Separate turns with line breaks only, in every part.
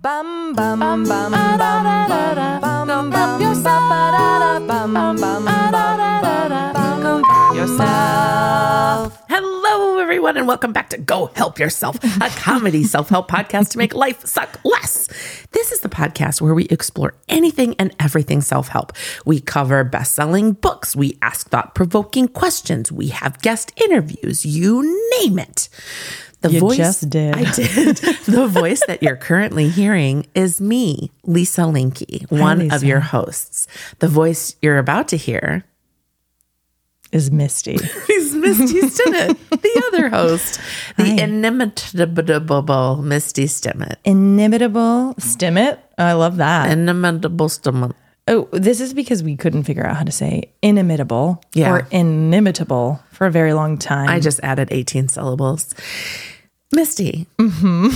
Bum bum bum bum bum bum bum bum yourself. Bum bum bum bum bum bum yourself.
Hello, everyone, and welcome back to Go Help Yourself, a comedy self help podcast to make life suck less. This is the podcast where we explore anything and everything self help. We cover best selling books, we ask thought provoking questions, we have guest interviews, you name it. The
You just did.
I did. the voice that you're currently hearing is me, Lisa Linky, one of
Lisa.
your hosts. The voice you're about to hear
is Misty.
He's Misty Stinnett, the other host, the inimitable Misty Stinnett.
Inimitable Stimmit. I love that.
Inimitable Stinnett.
Oh, this is because we couldn't figure out how to say inimitable
Yeah.
or inimitable for a very long time.
I just added 18 syllables. Misty, mm-hmm.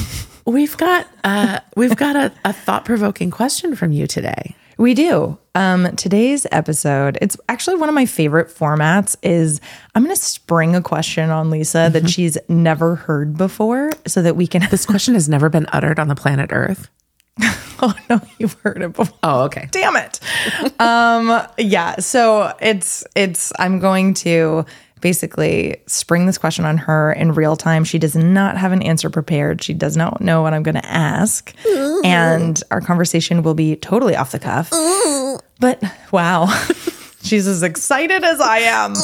we've got uh, we've got a, a thought provoking question from you today.
we do. Um, today's episode, it's actually one of my favorite formats is I'm going to spring a question on Lisa
Mm-hmm.
that she's never heard before so that we can
This question has never been uttered on the planet Earth.
Oh no, you've heard it before.
Oh, okay.
damn it. um, yeah. So it's it's I'm going to basically spring this question on her in real time. She does not have an answer prepared. She does not know what I'm going to ask, and our conversation will be totally off the cuff. But wow, she's as excited as I am.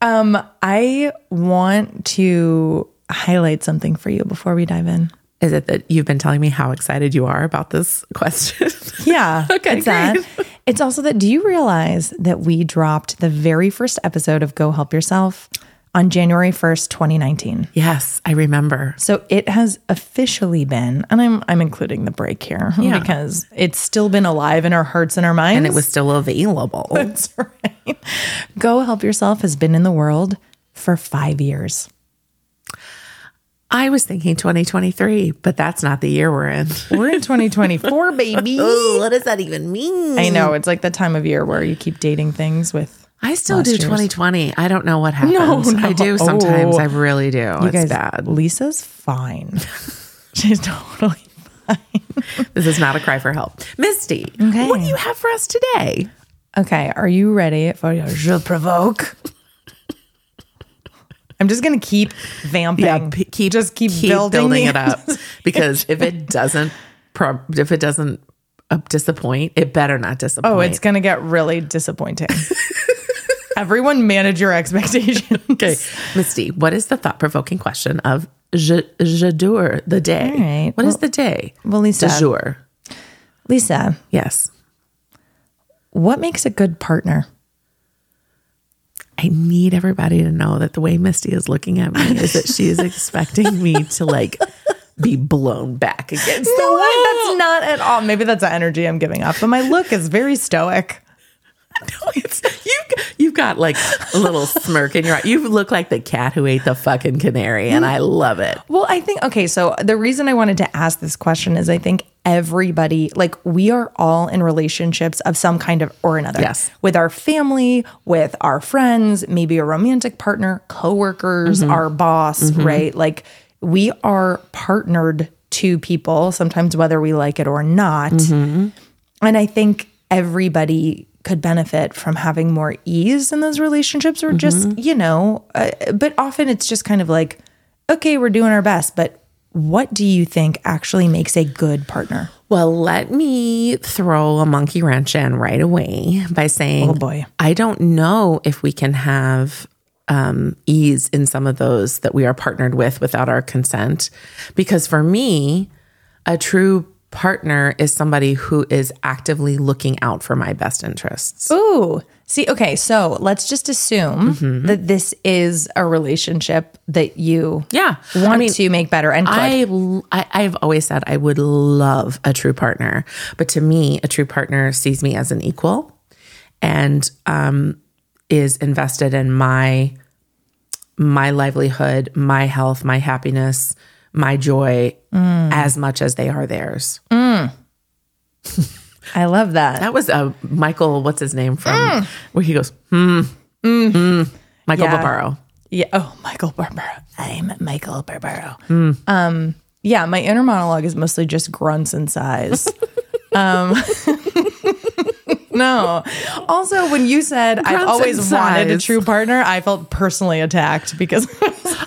Um, I want to highlight something for you before we dive in.
Is it that you've been telling me how excited you are about this question?
Yeah.
Okay,
It's that. It's also that do you realize that we dropped the very first episode of Go Help Yourself on January 1st, 2019?
yes, I remember.
So it has officially been, and I'm I'm including the break here
Yeah.
because it's still been alive in our hearts and our minds.
And it was still available.
That's right. Go Help Yourself has been in the world for five years.
I was thinking 2023, but that's not the year we're in.
We're in 2024, baby.
Ooh, what does that even mean?
I know it's like the time of year where you keep dating things with
I still do
year's.
2020. I don't know what happens.
no.
I do sometimes.
Oh.
I really do. it's
guys,
bad.
Lisa's fine. She's totally
This is not a cry for help. Misty,
Okay.
what do you have for us today?
okay. Are you ready for your je provoke? I'm just gonna keep vamping.
p- keep
just keep,
keep
building, the-
it up because if it doesn't, pro- if it doesn't uh, disappoint, it better not disappoint.
Oh, it's gonna get really disappointing. Everyone, manage your expectations. Okay.
Misty. What is the thought provoking question of je, je dure, the day? What
All
is
right.
the
Well-
day?
Well, Lisa,
De jour.
Lisa,
Yes.
what makes a good partner?
I need everybody to know that the way Misty is looking at me is that she is expecting me to like be blown back against the
No,
wall.
that's not at all. Maybe that's the energy I'm giving off, but my look is very stoic.
No, it's, you, you've got like a little smirk in your eye. You look like the cat who ate the fucking canary, and I love it.
Well, I think, okay, so the reason I wanted to ask this question is I think everybody, like, we are all in relationships of some kind of or another.
Yes.
With our family, with our friends, maybe a romantic partner, coworkers, our boss, right? Like, we are partnered to people, sometimes whether we like it or not. And I think everybody could benefit from having more ease in those relationships or just, you know, uh, but often it's just kind of like, okay, we're doing our best, but what do you think actually makes a good partner?
Well, let me throw a monkey wrench in right away by saying,
Oh, boy.
I don't know if we can have um, ease in some of those that we are partnered with without our consent. Because for me, a true partner is somebody who is actively looking out for my best interests.
Ooh. See, okay, so let's just assume that this is a relationship that you
Yeah.
want
I mean,
to make better and could.
I, l- I I've always said I would love a true partner, but to me, a true partner sees me as an equal, and um, is invested in my my livelihood, my health, my happiness, my joy
Mm.
as much as they are theirs.
I love that.
That was uh, Michael. What's his name from where he goes? Hmm. Mm. Michael
Yeah.
Barbaro.
Yeah. Oh, Michael Barbaro. I'm Michael Barbaro. Um, yeah, my inner monologue is mostly just grunts and sighs. um, no. Also, when you said I've
Grunts
always
and
wanted a
sighs.
true partner, I felt personally attacked because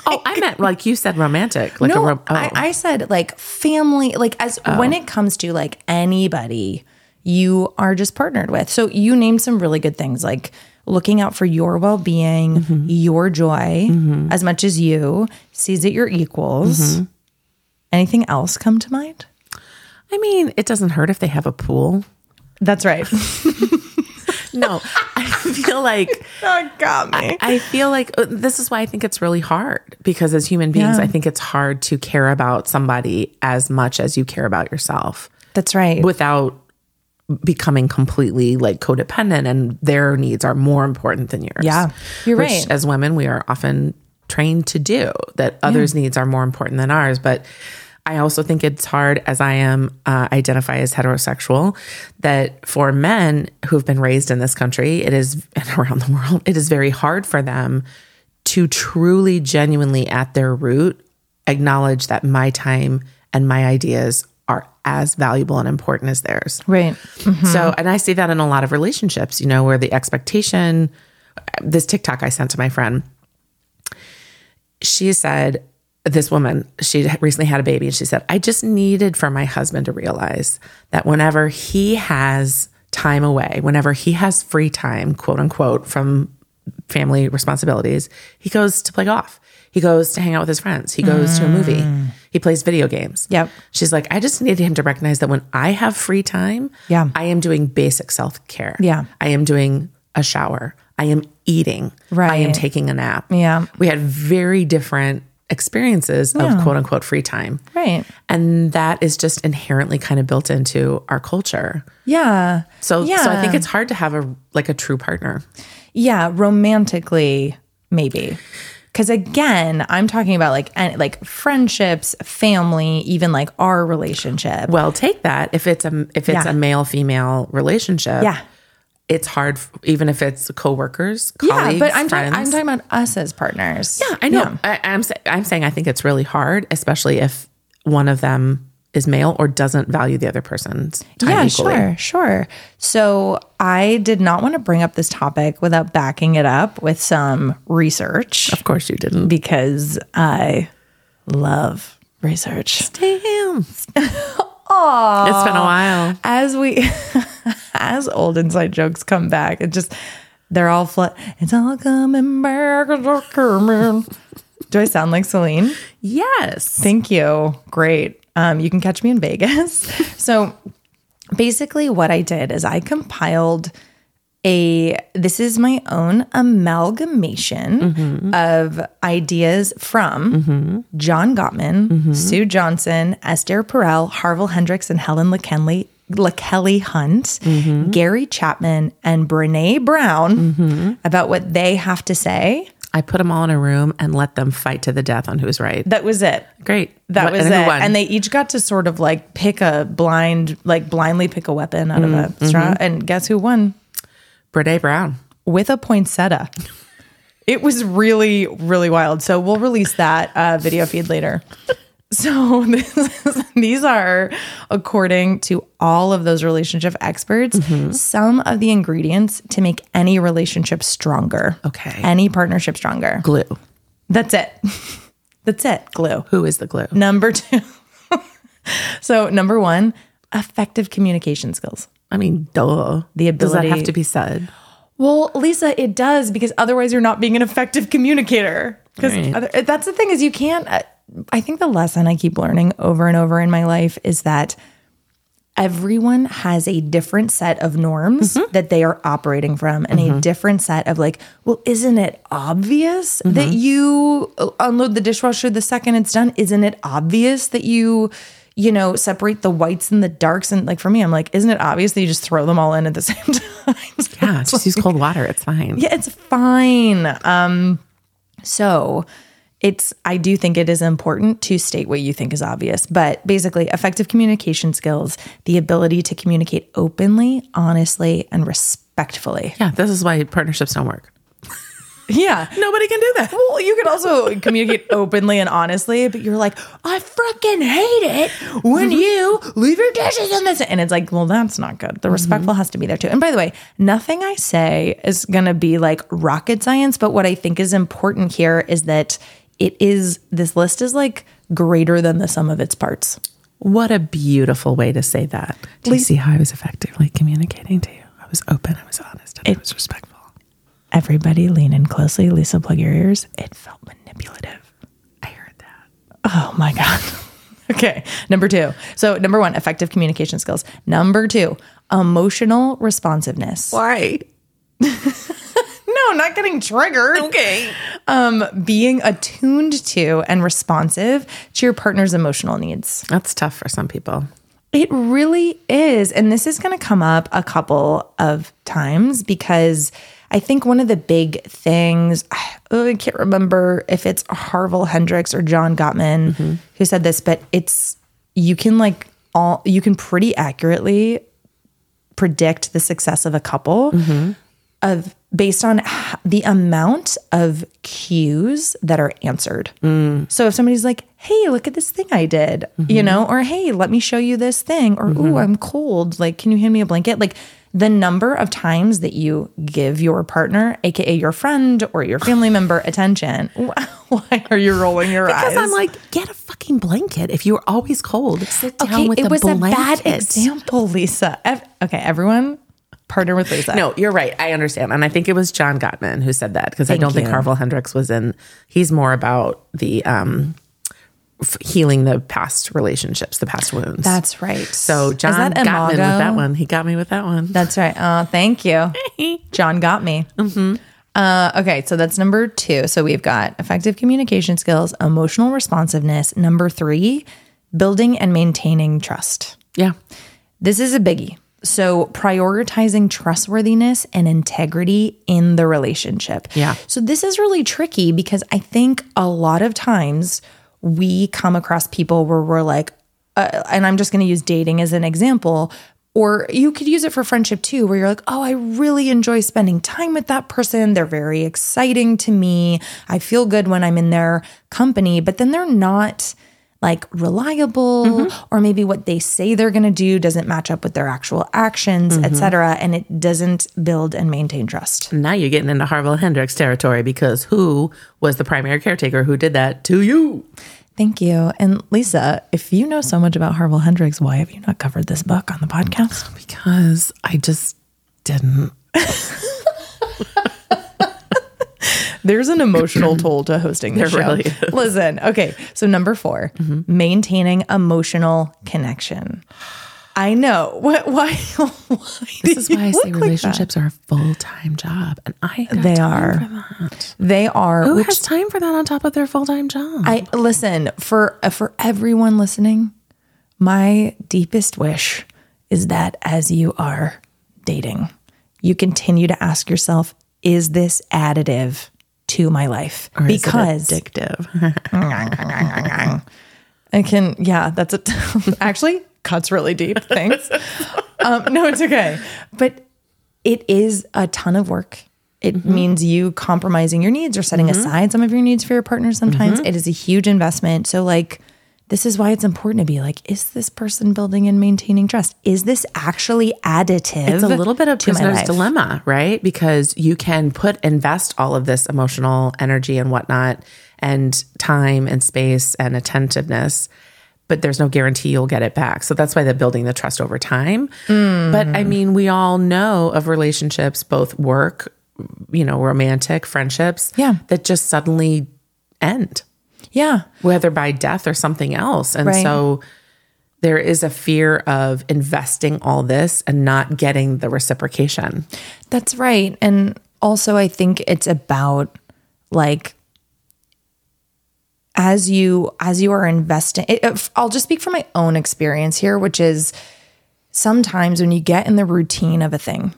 Oh, I meant like you said, romantic. Like a
no,
rom- oh.
I, I said like family, like as when it comes to like anybody you are just partnered with. So you named some really good things like looking out for your well being,
Mm-hmm.
your joy as much as you, sees that you're equals.
Mm-hmm.
Anything else come to mind?
I mean, it doesn't hurt if they have a pool.
That's right.
No, I feel like
that got me.
I feel like uh, this is why I think it's really hard because as human beings,
Yeah.
I think it's hard to care about somebody as much as you care about yourself
That's right.
without becoming completely like codependent and their needs are more important than yours.
Yeah, you're
Which,
right.
As women, we are often trained to do that others' needs are more important than ours. But I also think it's hard as I am uh, identify as heterosexual that for men who've been raised in this country, it is and around the world, it is very hard for them to truly genuinely at their root acknowledge that my time and my ideas are as valuable and important as theirs.
right.
So, and I see that in a lot of relationships, you know, where the expectation, this TikTok I sent to my friend, she said, this woman, she had recently had a baby, and she said, I just needed for my husband to realize that whenever he has time away, whenever he has free time, quote unquote, from family responsibilities, he goes to play golf. He goes to hang out with his friends. He goes to a movie. He plays video games.
Yep.
She's like, I just needed him to recognize that when I have free time,
Yeah.
I am doing basic self care.
Yeah.
I am doing a shower. I am eating. I am
Right.
taking a nap.
Yeah.
We had very different experiences of quote unquote free time.
Right.
And that is just inherently kind of built into our culture.
Yeah.
So,
yeah.
so I think it's hard to have a like a true partner.
Yeah, romantically, maybe. Because again, I'm talking about like any, like friendships, family, even like our relationship.
Well, take that if it's a if it's
Yeah.
a male female relationship.
Yeah.
It's hard f- even if it's coworkers,
Yeah,
colleagues,
but I'm, talking
friends.
I'm talking about us as partners.
Yeah, I know. I, I'm sa- I'm saying I think it's really hard, especially if one of them is male or doesn't value the other person's time
yeah,
equally.
sure, sure. So I did not want to bring up this topic without backing it up with some research
Of course, you didn't.
because I love research.
Damn. It's been a while.
as we as old inside jokes come back it just they're all fl- it's all coming back it's all coming. do i sound like celine
Yes.
thank you great um, you can catch me in vegas so basically what i did is i compiled a this is my own amalgamation of ideas from john gottman sue johnson esther perel harville hendrix and helen mckinley LaKelly Hunt, Gary Chapman, and Brene Brown about what they have to say.
I put them all in a room and let them fight to the death on who's right.
That was it.
Great.
That
What-
was
and who
it.
won?
And they each got to sort of like pick a blind, like blindly pick a weapon out of
Mm-hmm.
a straw. And guess who won?
Brene Brown.
With a poinsettia. it was really, really wild. So we'll release that uh, video feed later. So this is, these are, according to all of those relationship experts,
Mm-hmm.
some of the ingredients to make any relationship stronger.
Okay.
Any partnership stronger.
Glue.
That's it. That's it. Glue.
Who is the glue?
Number two. so number one, effective communication skills.
I mean, duh.
The
Does that
ability-
have to be said?
Well, Lisa, it does because otherwise you're not being an effective communicator. Because
Right.
that's the thing is you can't. Uh, I think the lesson I keep learning over and over in my life is that everyone has a different set of norms that they are operating from and a different set of like well isn't it obvious that you uh, unload the dishwasher the second it's done isn't it obvious that you you know separate the whites and the darks and like for me i'm like isn't it obvious that you just throw them all in at the same time
Yeah, just use cold water. It's fine.
yeah, it's fine. Um, so it's I do think it is important to state what you think is obvious, but basically effective communication skills, the ability to communicate openly, honestly, and respectfully.
yeah, this is why partnerships don't work.
Yeah.
Nobody can do that.
Well, you can also communicate openly and honestly, but you're like, I freaking hate it
Mm-hmm.
when you leave your dishes in this. And it's like, well, that's not good.
Mm-hmm.
The respectful has to be there too. And by the way, nothing I say is going to be like rocket science, but what I think is important here is that it is, this list is like greater than the sum of its parts.
What a beautiful way to say that. Do you see how I was effectively communicating to you? I was open, I was honest, and I was respectful.
Everybody lean in closely. Lisa, plug your ears. It felt manipulative.
I heard that.
Oh my God. okay. Number two. So, number one, effective communication skills. Number two, emotional responsiveness.
Why?
No, not getting triggered.
Okay.
Um, being attuned to and responsive to your partner's emotional needs.
That's tough for some people.
It really is. And this is going to come up a couple of times because I think one of the big things, oh, I can't remember if it's Harville Hendrix or John Gottman who said this, but it's you can like all, you can pretty accurately predict the success of a couple of based on h- the amount of cues that are answered. So if somebody's like, "Hey, look at this thing I did," you know, or "Hey, let me show you this thing," or "Ooh, I'm cold. Like, can you hand me a blanket?" Like the number of times that you give your partner, aka your friend or your family member, attention. Why are you rolling your eyes?
Because I'm like, get a fucking blanket. If you're always cold, sit down
okay,
with
it
a
was
blanket.
a bad example, Lisa. Ev- okay, everyone, partner with Lisa.
No, you're right. I understand. And I think it was John Gottman who said that because I don't think
you.
Harville Hendrix was in, he's more about the um, f- healing the past relationships, the past wounds.
That's right.
so John
Is that
Gottman with
Imago?
that one. He got me with that one.
That's right. Oh, thank you. John got me.
Mm-hmm.
Uh, okay, so that's number two. So we've got effective communication skills, emotional responsiveness. Number three, building and maintaining trust.
yeah.
This is a biggie. So prioritizing trustworthiness and integrity in the relationship.
Yeah.
So this is really tricky because I think a lot of times we come across people where we're like, uh, and I'm just going to use dating as an example. Or you could use it for friendship too, where you're like, oh, I really enjoy spending time with that person. They're very exciting to me. I feel good when I'm in their company, but then they're not like reliable or maybe what they say they're going to do doesn't match up with their actual actions et cetera, and it doesn't build and maintain trust
Now you're getting into Harville Hendrix territory because who was the primary caretaker who did that to you?
thank you and lisa if you know so much about harville hendrix why have you not covered this book on the podcast
Because I just didn't.
There's an emotional toll to hosting this
There
show. Mm-hmm.
really is.
Listen, okay. So number 4 maintaining emotional connection. I know. What? Why? why do
This is why I
you
say
look like that?
relationships are a full time job, and I got
They
time
are.
For that.
They are.
Who
which
has time for that on top of their full time job?
I listen for uh, for everyone listening. My deepest wish is that as you are dating, you continue to ask yourself, "Is this additive to my life?"
Is it
because
addictive.
I can, yeah, that's a actually cuts really deep. Thanks. um, no, it's okay. But it is a ton of work. It
Mm-hmm.
means you compromising your needs or setting aside some of your needs for your partner sometimes.
Mm-hmm.
It is a huge investment. So, like, this is why it's important to be like, is this person building and maintaining trust? Is this actually additive?
It's a little bit of
to my
prisoner's
life?
dilemma, right? Because you can put invest all of this emotional energy and whatnot, and time and space and attentiveness, but there's no guarantee you'll get it back. So that's why they're building the trust over time. But I mean, we all know of relationships, both work, you know, romantic friendships,
Yeah.
that just suddenly end.
Yeah.
whether by death or something else. And
Right.
so there is a fear of investing all this and not getting the reciprocation.
That's right. And also, I think it's about like as you as you are investing it, if- i'll just speak from my own experience here which is sometimes when you get in the routine of a thing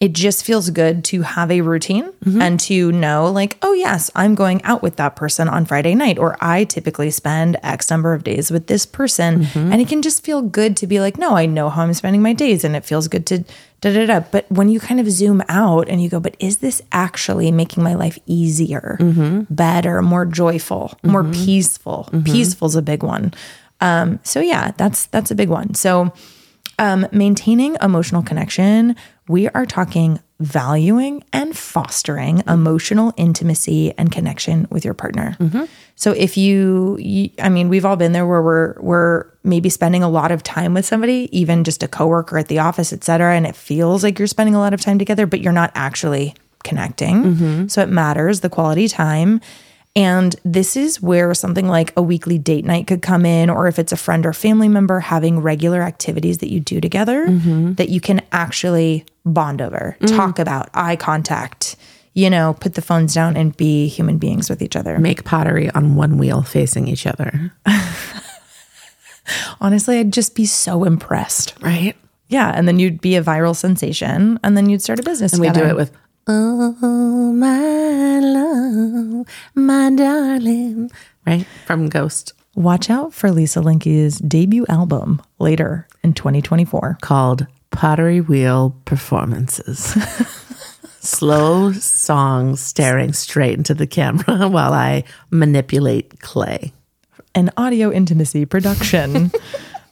it just feels good to have a routine and to know, like, oh, yes, I'm going out with that person on Friday night, or I typically spend X number of days with this person. And it can just feel good to be like, no, I know how I'm spending my days, and it feels good to da da da. But when you kind of zoom out and you go, but is this actually making my life easier, better, more joyful, more peaceful? Peaceful is a big one. Um, so yeah, that's that's a big one. So um, maintaining emotional connection, we are talking valuing and fostering emotional intimacy and connection with your partner. So if you, you, I mean, we've all been there where we're we're maybe spending a lot of time with somebody, even just a coworker at the office, et cetera, and it feels like you're spending a lot of time together, but you're not actually connecting. So it matters the quality time. And this is where something like a weekly date night could come in, or if it's a friend or family member, having regular activities that you do together
Mm-hmm.
that you can actually bond over,
Mm.
talk about, eye contact, you know, put the phones down and be human beings with each other.
Make pottery on one wheel facing each other.
Honestly, I'd just be so impressed.
Right?
Yeah. And then you'd be a viral sensation, and then you'd start a business.
We do
together.
it with Oh my love, my darling. Right? From Ghost
Watch out for Lisa Linky's debut album later in 2024.
called Pottery Wheel Performances. Slow song staring straight into the camera while I manipulate clay.
an audio intimacy production.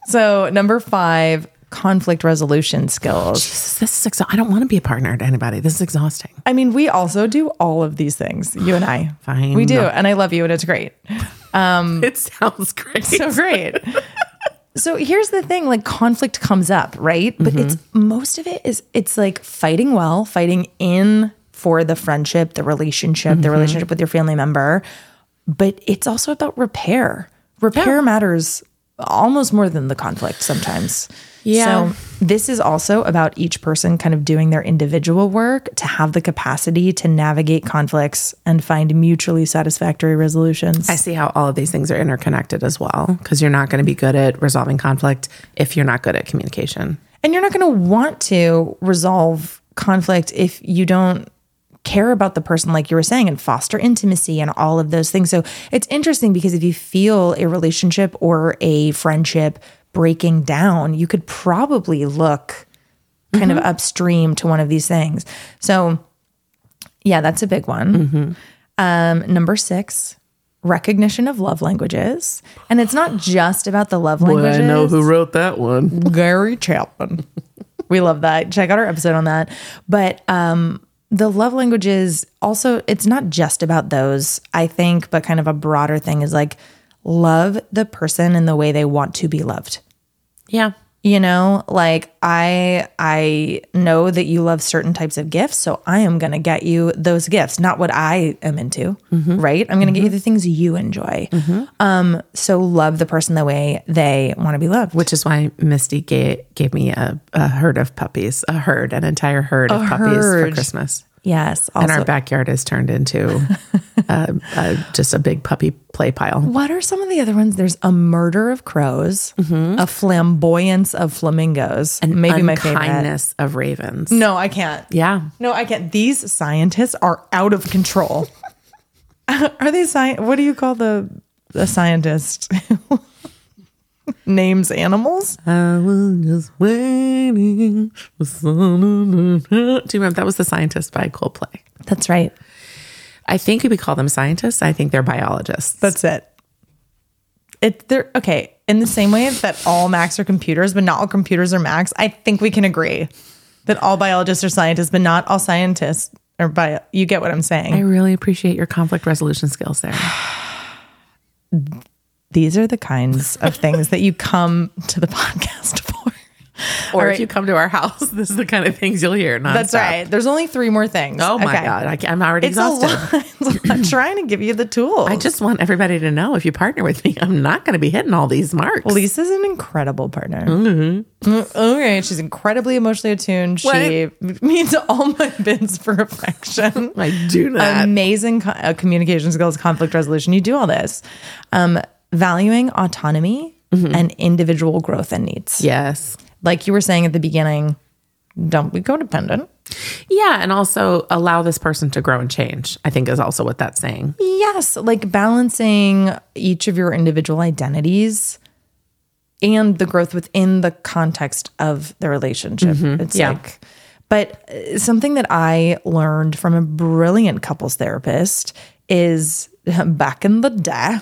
so, number five, conflict resolution skills.
This, this is exa- I don't want to be a partner to anybody. This is exhausting.
I mean, we also do all of these things, you and I.
Fine.
We do, and I love you, and it's great.
It sounds great.
So great. So here's the thing like conflict comes up, right? But it's
Mm-hmm.
most of it is it's like fighting well, fighting in for the friendship, the relationship,
Mm-hmm.
the relationship with your family member. But it's also about repair. Repair matters almost more than the conflict sometimes.
Yeah.
So this is also about each person kind of doing their individual work to have the capacity to navigate conflicts and find mutually satisfactory resolutions.
I see how all of these things are interconnected as well, because you're not going to be good at resolving conflict if you're not good at communication.
And you're not going to want to resolve conflict if you don't care about the person, like you were saying, and foster intimacy and all of those things. So it's interesting because if you feel a relationship or a friendship breaking down, you could probably look kind of upstream to one of these things. So, yeah, that's a big one. Um, number six, recognition of love languages. And it's not just about the love languages.
wrote that one.
Gary Chapman. we love that. Check out our episode on that. But um, the love languages also, it's not just about those, I think, but kind of a broader thing is like love the person in the way they want to be loved
Yeah.
you know like i i know that you love certain types of gifts so i am going to get you those gifts not what i am into right i'm going to get you the things you enjoy um so love the person the way they want to be loved
Which is why Misty gave, gave me a, a herd of puppies, a herd, an entire herd of puppies
herd.
for Christmas.
yes
And
also
our backyard has turned into uh, uh, just a big puppy play pile.
what are some of the other ones there's a murder of crows a flamboyance of flamingos and maybe my favorite
Kindness of ravens.
no i can't
Yeah.
no i can't these scientists are out of control are they sci- what do you call the the scientist names animals
I was just waiting for someone. Do you remember that was the scientist by Coldplay?
that's right
I think we call them scientists. I think they're biologists.
that's it it they're okay in the same way that all macs are computers but not all computers are macs i think we can agree that all biologists are scientists but not all scientists are bio you get what i'm saying
I really appreciate your conflict resolution skills there.
these are the kinds of things that you come to the podcast for
Or
right.
if you come to our house, this is the kind of things you'll hear. Nonstop.
That's right. There's only three more things.
Oh my
Okay.
God. I, can't- I'm already
It's a
exhausted.
lot. It's a lot. trying to give you the tools.
I just want everybody to know if you partner with me, I'm not going to be hitting all these marks.
Lisa's an incredible partner. Mm, Okay, she's incredibly emotionally attuned. She meets all my bids for affection.
I
Um,
do not.
Amazing co- uh, communication skills, conflict resolution. You do all this. Um, valuing autonomy and individual growth and needs.
yes.
Like you were saying at the beginning, don't be codependent.
Yeah. And also allow this person to grow and change, I think is also what that's saying.
Yes, like balancing each of your individual identities and the growth within the context of the relationship. It's
yeah.
like, but uh, something that I learned from a brilliant couples therapist is back in the day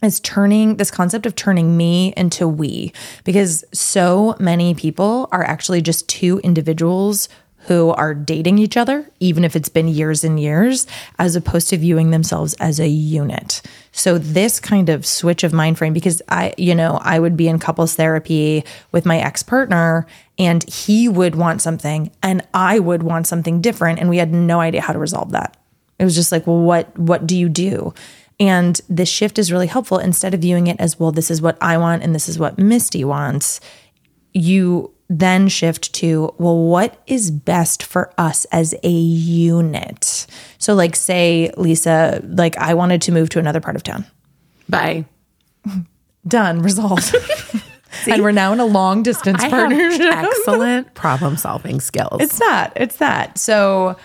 is turning this concept of turning me into we because so many people are actually just two individuals who are dating each other even if it's been years and years as opposed to viewing themselves as a unit so this kind of switch of mind frame because i you know i would be in couples therapy with my ex partner and he would want something and i would want something different and we had no idea how to resolve that it was just like, well, what what do you do? And this shift is really helpful. Instead of viewing it as, well, this is what I want and this is what Misty wants, you then shift to, well, what is best for us as a unit? So, like, say, Lisa, like, I wanted to move to another part of town.
Bye.
Done, resolved. and we're now in a long distance
I have
partnership.
excellent problem solving skills.
It's that. It's that. So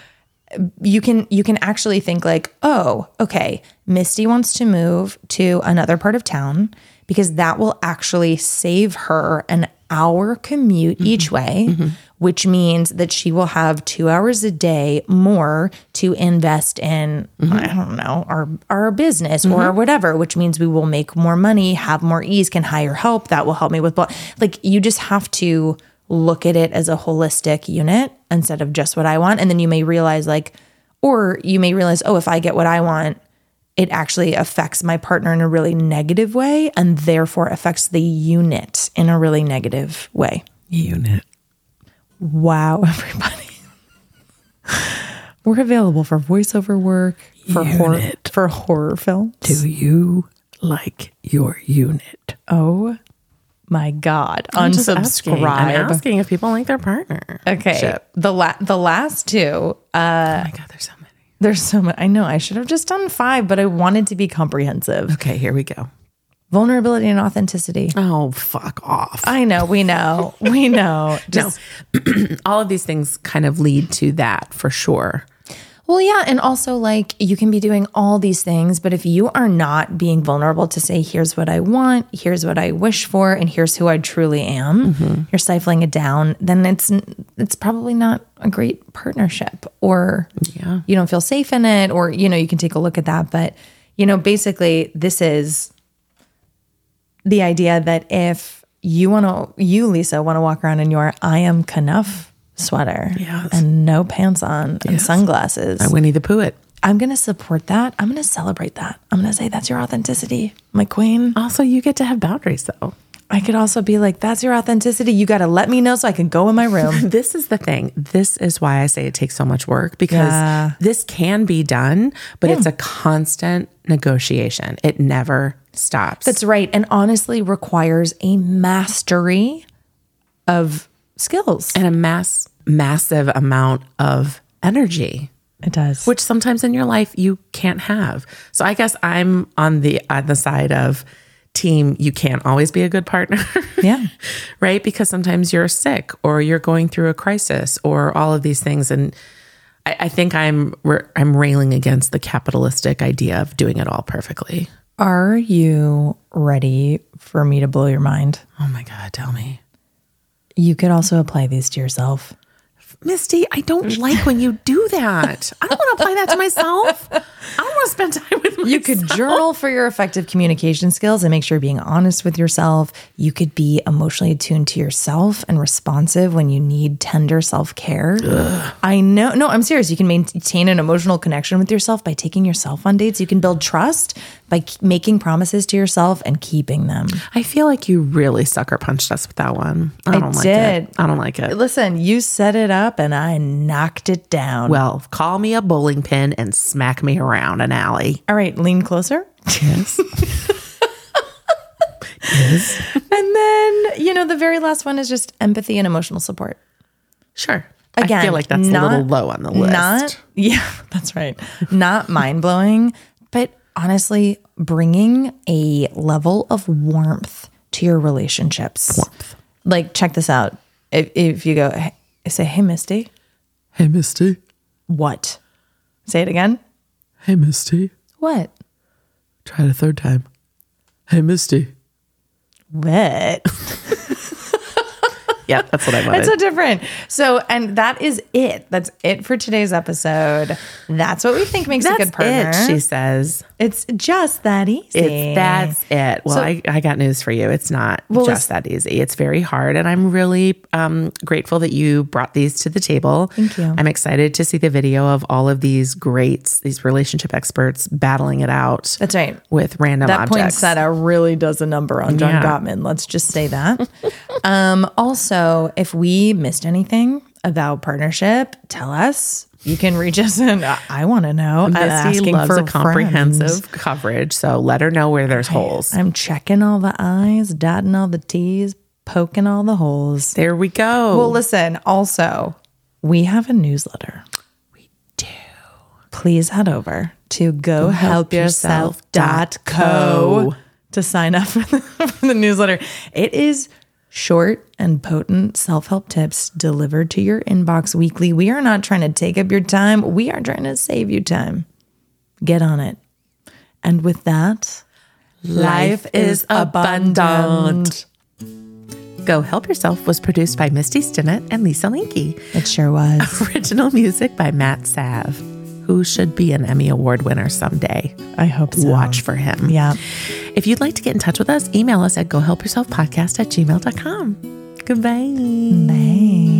you can you can actually think like, "Oh, okay, Misty wants to move to another part of town because that will actually save her an hour commute each way, which means that she will have 2 hours a day more to invest in I don't know, our our business or whatever, which means we will make more money, have more ease, can hire help, that will help me with blah. Like you just have to look at it as a holistic unit instead of just what I want. And then you may realize, like, or you may realize, oh, if I get what I want, it actually affects my partner in a really negative way and therefore affects the unit in a really negative way.
unit.
Wow, everybody. We're available for voiceover work, for horror, for horror films.
Do you like your unit?
Oh my god. Unsubscribe.
Asking. I'm asking if people like their partner.
Okay. The la- the last two
oh my God, there's so many.
There's so much. I know I should have just done five, but I wanted to be comprehensive.
Okay, here we go.
Vulnerability and authenticity.
Oh, fuck off.
I know. We know. We know. Just,
All of these things kind of lead to that for sure.
Well, yeah. And also, like, you can be doing all these things, but if you are not being vulnerable to say, here's what I want, here's what I wish for, and here's who I truly am, you're stifling it down, then it's it's probably not a great partnership or
Yeah.
you don't feel safe in it or you know, you can take a look at that, but you know, basically this is the idea that if you want to, you Lisa want to walk around in your I am Knuff sweater
Yes.
and no pants on and sunglasses, i w-
Winnie the Pooh it.
I'm going to support that. I'm going to celebrate that. I'm going to say that's your authenticity, my queen.
Also, you get to have boundaries though.
I could also be like, that's your authenticity. You got to let me know so I can go in my room.
This is the thing. This is why I say it takes so much work because
Yeah.
this can be done, but it's a constant negotiation. It never stops.
that's right, and honestly requires a mastery of skills.
and a mass massive amount of energy.
It does.
which sometimes in your life you can't have. So I guess I'm on the on the side of team you can't always be a good partner.
Yeah.
right? Because sometimes you're sick or you're going through a crisis or all of these things and I, I think I'm re- I'm railing against the capitalistic idea of doing it all perfectly.
Are you ready for me to blow your mind?
Oh my god, tell me.
You could also apply these to yourself.
Misty, I don't like when you do that. I don't want to apply that to myself. I want to spend time with myself.
You could journal for your effective communication skills and make sure you're being honest with yourself. You could be emotionally attuned to yourself and responsive when you need tender self care. I know. No, I'm serious. You can maintain an emotional connection with yourself by taking yourself on dates. You can build trust by k- making promises to yourself and keeping them.
I feel like you really sucker punched us with that one. I don't like
did.
it. I don't like it.
Listen, you set it up and I knocked it down.
Well, call me a bowling pin and smack me around an alley.
All right, lean closer.
Yes.
And then, you know, the very last one is just empathy and emotional support.
sure.
Again,
I feel like that's
not-
a little low on the list.
Not, yeah, that's right. Not mind blowing, but honestly, bringing a level of warmth to your relationships. Warmth. Like, check this out. If, if you go, "Hey, I say, hey, Misty.
Hey, Misty.
What? Say it again.
Hey, Misty.
What?
Try it a third time. Hey, Misty.
What?
Yeah, that's what I wanted.
It's so different. So, and that is it. That's it for today's episode. That's what we think makes a good partner.
it, she says.
it's just that easy.
It's that's it. Well, I, I got news for you. It's not just that easy. It's very hard. And I'm really um, grateful that you brought these to the table. Thank
you.
I'm excited to see the video of all of these greats, these relationship experts battling it out.
That's right.
With random
That
objects.
poinsettia really does a number on John
Yeah.
Gottman. Let's just say that. um, also, if we missed anything about partnership, tell us. You can reach us, and I want to know. I'm
Misty
asking
loves
for
a comprehensive
friends.
coverage. So let her know where there's holes.
I'm checking all the I's, dotting all the T's, poking all the holes.
There we go.
Well, listen, also, we have a newsletter. We do. Please head over to gohelpyourself.co to sign up for the, for the newsletter. It is short and potent self help tips delivered to your inbox weekly. We are not trying to take up your time, we are trying to save you time. Get on it. And with that,
Life is abundant. Go Help Yourself was produced by Misty Stinnett and Lisa Linky.
It sure was.
Original music by Matt Sav, who should be an Emmy Award winner someday.
I hope so.
Watch for him.
Yeah.
If you'd like to get in touch with us, email us at gohelpyourselfpodcast at gmail.com. Goodbye.
Bye.